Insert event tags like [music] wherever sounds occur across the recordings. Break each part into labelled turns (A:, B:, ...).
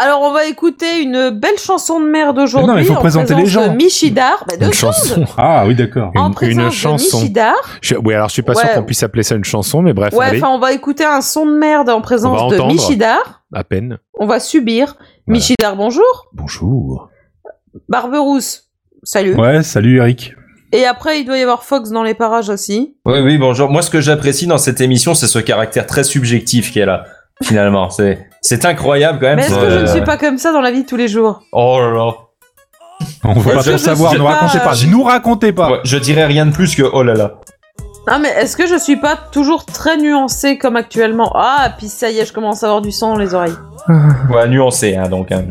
A: Alors, on va écouter une belle chanson de merde aujourd'hui.
B: Mais non, mais faut
A: en
B: présenter les
A: présence
B: gens.
A: de Michidar. Bah, deux
C: Une
A: secondes.
C: chanson.
B: Ah oui, d'accord.
A: En
C: Une-
A: présence
C: une
A: de
C: chanson.
A: Michidar.
C: [laughs] Je- oui, alors je suis pas sûr
A: Ouais.
C: qu'on puisse appeler ça une chanson, mais bref,
A: Ouais,
C: allez,
A: enfin, on va écouter un son de merde en présence
C: On va
A: de
C: entendre.
A: Michidar.
C: à peine.
A: On va subir.
C: Voilà.
A: Michidar, bonjour.
C: Bonjour.
A: Barberousse, salut.
B: Ouais, salut Eric.
A: Et après, il doit y avoir Fox dans les parages aussi.
D: Oui, oui, bonjour. Moi, ce que j'apprécie dans cette émission, c'est ce caractère très subjectif qu'elle a. Finalement, c'est c'est incroyable quand même.
A: Mais est-ce que
D: Euh,
A: je ne suis pas comme ça dans la vie de tous les jours
D: Oh là là.
B: On veut
D: Ouais,
B: pas
D: je-
B: tout
D: je
B: savoir,
D: sais
B: ne
D: pas,
B: racontez
A: euh,
B: pas. Nous racontez pas.
D: Ouais, je dirais rien de plus que oh là là.
A: Non, mais est-ce que je suis pas toujours très nuancée comme actuellement Ah, puis ça y est, je commence à avoir du sang dans les oreilles.
D: Ouais, nuancé, hein, donc. hein.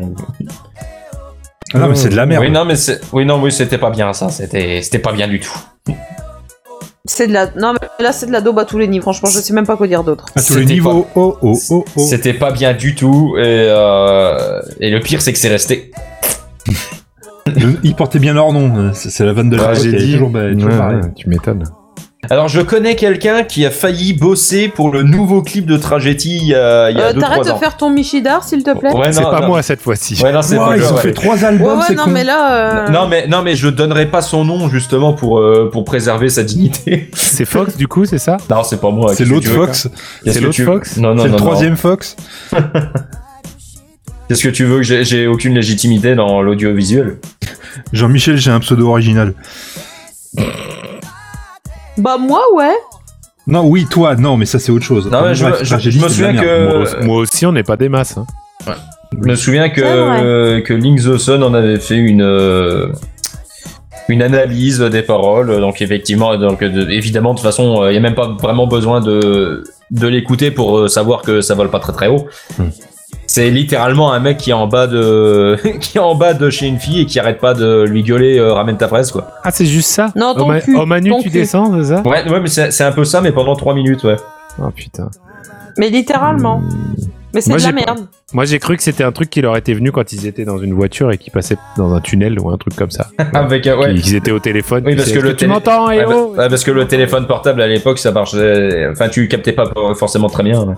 B: Ah non, mais c'est de la merde.
D: Oui, non, mais c'est- oui, non, oui, c'était pas bien ça. C'était c'était pas bien du tout.
A: C'est de la. Non, mais là, c'est de la daube à tous les niveaux. Franchement, je sais même pas quoi dire d'autre.
B: à tous les
D: c'était
B: niveaux. Oh, oh, oh, oh.
D: C'était pas bien du tout. Et, euh, et le pire, c'est que c'est resté.
B: Le- Il portait bien leur nom. euh, C'est c'est la vanne de la
C: Ah,
B: route,
C: j'ai
B: elle est
C: dit.
B: Toujours, bah, toujours
C: Ouais,
B: pareil.
C: ouais, tu m'étonnes.
D: Alors, je connais quelqu'un qui a failli bosser pour le nouveau clip de Tragédie il y a, il y a
A: Euh,
D: deux,
A: T'arrêtes
D: trois
A: de
D: ans.
A: faire ton Michidar, s'il te plaît
D: Ouais,
C: c'est
D: non,
C: pas
D: non.
C: moi cette fois-ci.
D: Ouais, non, c'est
B: Ouah,
D: pas
B: ils
D: moi,
B: ont
D: ouais.
B: fait trois
A: Ouais,
B: albums,
A: ouais,
B: c'est
A: non,
B: con.
A: mais là. euh,
D: Non mais non mais je donnerai pas son nom justement pour euh, pour préserver sa dignité.
C: [laughs]
D: [laughs]
C: C'est Fox du coup, c'est ça
D: Non c'est pas moi.
B: C'est
D: qu'est-ce que
B: l'autre
D: tu veux
B: Fox,
D: Qu'est-ce
C: C'est
D: que
C: l'autre
D: tu-
C: Fox
D: Non
B: c'est
D: non non.
B: le
D: non.
B: troisième Fox.
D: Qu'est-ce que tu veux que j'ai- j'ai aucune légitimité dans l'audiovisuel.
B: Jean-Michel, j'ai un pseudo original.
A: Bah, moi, ouais.
B: Non, oui, toi, non, mais ça c'est autre chose.
D: Non, mais je me-
B: bref,
D: je-
B: Tragédie,
D: je me
B: c'est de la
D: souviens
B: merde.
D: que-
C: moi,
D: Euh,
C: aussi- moi aussi, on n'est pas des masses. hein.
D: Je me souviens
A: C'est
D: que
A: vrai.
D: euh, que Link the Sun en avait fait une euh, une analyse des paroles donc effectivement donc de- évidemment de toute façon euh, il y a même pas vraiment besoin de de l'écouter pour euh, savoir que ça vole pas très très haut.
C: Hmm.
D: C'est littéralement un mec qui est en bas de [laughs] qui est en bas de chez une fille et qui arrête pas de lui gueuler euh, ramène ta fraise quoi.
C: Ah, c'est juste ça
A: Non, ton
C: Oh, ma-
A: cul,
C: oh, Manu,
A: ton
C: tu
A: cul.
C: descends, c'est ça
D: Ouais, ouais, mais c'est c'est un peu ça, mais pendant 3 minutes, ouais.
C: Oh putain.
A: Mais littéralement. Mais c'est
C: Moi,
A: de la
C: j'ai pas-
A: merde.
C: Moi, j'ai cru que c'était un truc qui leur était venu quand ils étaient dans une voiture et qu'ils passaient dans un tunnel ou un truc comme ça.
D: [laughs] Avec, euh, ouais.
C: Qu'ils- Qu'ils étaient au téléphone.
D: Oui,
C: puis
D: parce
C: c'est,
D: que
C: Est-ce
D: le
C: tu
D: télé-
C: m'entends, eh
D: Ouais, bah-
C: oh
D: ouais, parce que le téléphone portable à l'époque, ça marchait. Enfin, tu captais pas forcément très bien. ouais.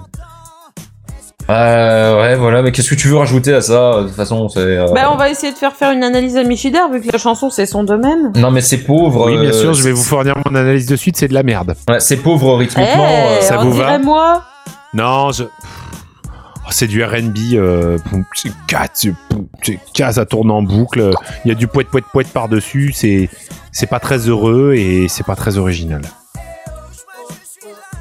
D: Euh, ouais, voilà, mais qu'est-ce que tu veux rajouter à ça De toute façon, c'est. euh,
A: Bah, on va essayer de faire faire une analyse à Michidar, vu que la chanson, c'est son domaine.
D: Non, mais c'est pauvre.
C: Oui, bien
D: euh,
C: sûr, je vais vous fournir mon analyse de suite, c'est de la merde.
D: ouais, c'est pauvre
A: Eh,
D: rythmiquement. euh,
C: ça
A: on
C: vous va
A: dirait moi.
C: Non, je. Oh, c'est du RB, euh, poum, c'est quatre, c'est poum, c'est quatre, ça tourne en boucle. Il y a du poète poète poète par-dessus, c'est c'est pas très heureux et c'est pas très original.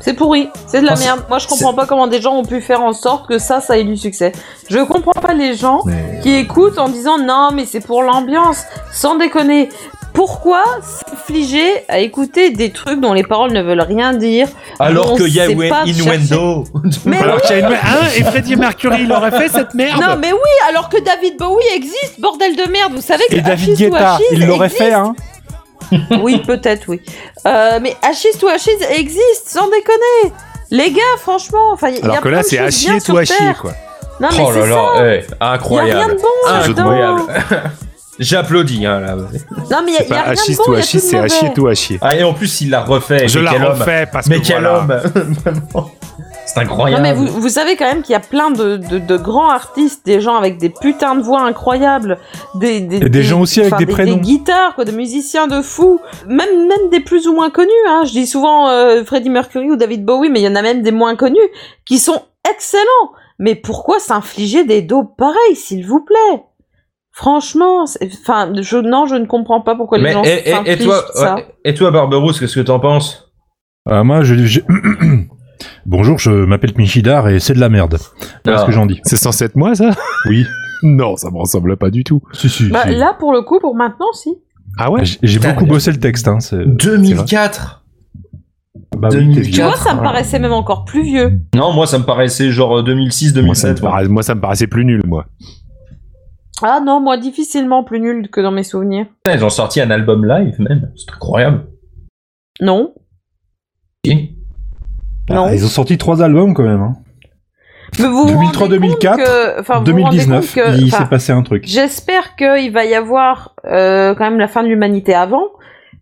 A: C'est pourri, c'est de la
D: Ah, c'est-
A: merde. Moi, je comprends pas comment des gens ont pu faire en sorte que ça, ça ait du succès. Je comprends pas les gens
C: Mais-
A: qui écoutent en disant non, mais c'est pour l'ambiance. Sans déconner, pourquoi s'infliger à écouter des trucs dont les paroles ne veulent rien dire
D: alors
A: on
D: que
A: sait
D: Yahweh
A: pas
D: Innuendo. [laughs]
A: Mais
C: Alors qu'il y a une. Hein, et Freddie Mercury, il aurait fait cette merde
A: non, mais oui, alors que David Bowie existe, bordel de merde. Vous savez que
B: Et David
A: Ashes to
B: Guetta,
A: Ashes
B: il l'aurait
A: existe.
B: fait, hein.
A: [laughs] Oui, peut-être, oui. Euh, mais Ashes to Ashes existe, sans déconner. Les gars, franchement, enfin, il y a
C: Alors que
A: plein
C: là,
A: de
C: c'est à
A: choses bien
C: chier,
A: sur
C: toi à chier,
A: Terre.
C: quoi.
A: Non, mais
D: Oh
A: c'est
D: là
A: ça.
D: là,
A: Y
D: eh,
A: a rien de
D: incroyable.
A: bon
D: Ah,
A: là-dedans.
D: incroyable. J'applaudis, hein, là.
A: Non mais y a,
C: C'est
A: y a
C: pas
A: rien de
C: hachis
A: bon, y
C: ou
A: a tout
C: hachis,
A: de
C: c'est hachis
A: mauvais.
C: tout hachis.
D: Ah, et en plus, il l'a refait.
C: Je
D: mais
C: la
D: quel homme.
C: refais parce que.
D: Mais quel
C: voilà.
D: homme [laughs] Vraiment. C'est
A: Non
D: incroyable.
A: mais vous, vous savez quand même qu'il y a plein de, de, de grands artistes, des gens avec des putains de voix incroyables, des, des,
B: Et des gens aussi avec
A: enfin,
B: des prénoms.
A: des guitares, quoi, des musiciens de fous, même, même des plus ou moins connus. Hein. Je dis souvent euh, Freddie Mercury ou David Bowie, mais il y en a même des moins connus qui sont excellents. Mais pourquoi s'infliger des dos pareils, s'il vous plaît Franchement, c'est- enfin, je, non, je ne comprends pas pourquoi les
D: Mais
A: gens
D: et, et- et
A: s'infligent
D: toi,
A: ça.
D: ouais, et toi, Barberousse, qu'est-ce que t'en penses
B: Ah, moi, je. je- [coughs] Bonjour, je m'appelle Michidar et c'est de la merde. Voilà
D: Ah.
B: ce que j'en dis.
C: C'est censé être moi, ça
B: Oui.
C: Non, ça me ressemble pas du tout.
B: Si, si.
A: Bah,
B: si.
A: là, pour le coup, pour maintenant, si.
C: Ah ouais
B: J'ai- J'ai
D: Putain,
B: beaucoup
D: mais-
B: bossé le texte, hein. c'est- Bah oui, t'es
D: 2004.
B: vieux.
A: Tu vois, ça me
D: Quatre,
A: paraissait même encore plus vieux.
D: Non, moi, ça me paraissait genre euh,
C: moi ça,
D: 2006-2007.
C: me paraît- moi, ça me paraissait plus nul, moi.
A: Ah non, moi, difficilement plus nul que dans mes souvenirs.
D: Ils ont sorti un album live, même. C'est incroyable.
A: Non.
D: Ok.
A: non.
B: Ah, Ils ont sorti trois albums quand même. hein.
A: Mais vous vous rendez
B: 2003,
A: compte
B: 2004,
A: que- enfin, vous vous rendez
B: 2019,
A: compte que-
B: il
A: enfin,
B: s'est passé un truc.
A: J'espère qu'il va y avoir euh, quand même la fin de l'humanité avant.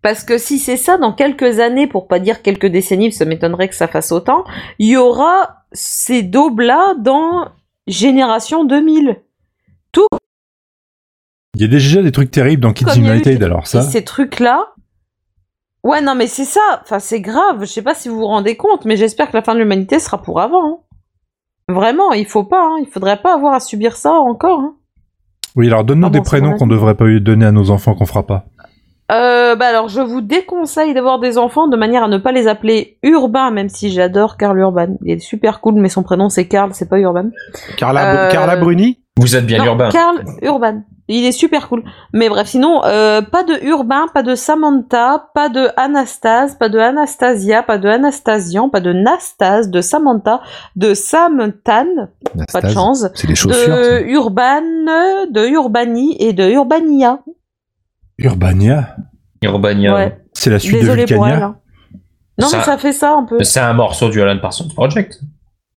A: Parce que si c'est ça, dans quelques années, pour pas dire quelques décennies, ça m'étonnerait que ça fasse autant, il y aura ces daubes-là dans Génération 2000. Tout.
B: Il y a déjà des trucs terribles dans Kids
A: Comme il y a eu
B: United,
A: des-
B: alors ça.
A: Et ces trucs-là. Ouais, non, mais c'est ça. Enfin, c'est grave. Je sais pas si vous vous rendez compte, mais j'espère que la fin de l'humanité sera pour avant. hein. Vraiment, il faut pas. hein. Il faudrait pas avoir à subir ça encore. hein.
B: Oui, alors donne-nous
A: Ah
B: des
A: bon, c'est
B: prénoms
A: vrai.
B: qu'on devrait pas donner à nos enfants qu'on fera pas.
A: Euh, bah alors, je vous déconseille d'avoir des enfants de manière à ne pas les appeler Urbain, même si j'adore Karl Urban. Il est super cool, mais son prénom c'est Karl, c'est pas Urban.
C: Carla,
A: Euh,
C: Carla Bruni
D: Vous êtes bien
A: Non,
D: urbain.
A: Karl Urban. Il est super cool. Mais bref, sinon, euh, pas de Urbain, pas de Samantha, pas de Anastase, pas de Anastasia, pas de Anastasian, pas de Nastase, de Samantha, de Samantane, pas de
C: Anastase,
A: chance,
C: C'est des chaussures.
A: de Urban, de Urbani et de Urbania.
B: Urbania,
D: Urbania.
A: Ouais,
B: c'est la suite
A: désolé
B: de
A: pour elle.
B: Vulcania.
A: hein. Non,
D: Ça-
A: mais ça fait ça un peu.
D: C'est un morceau du Alan Parsons Project.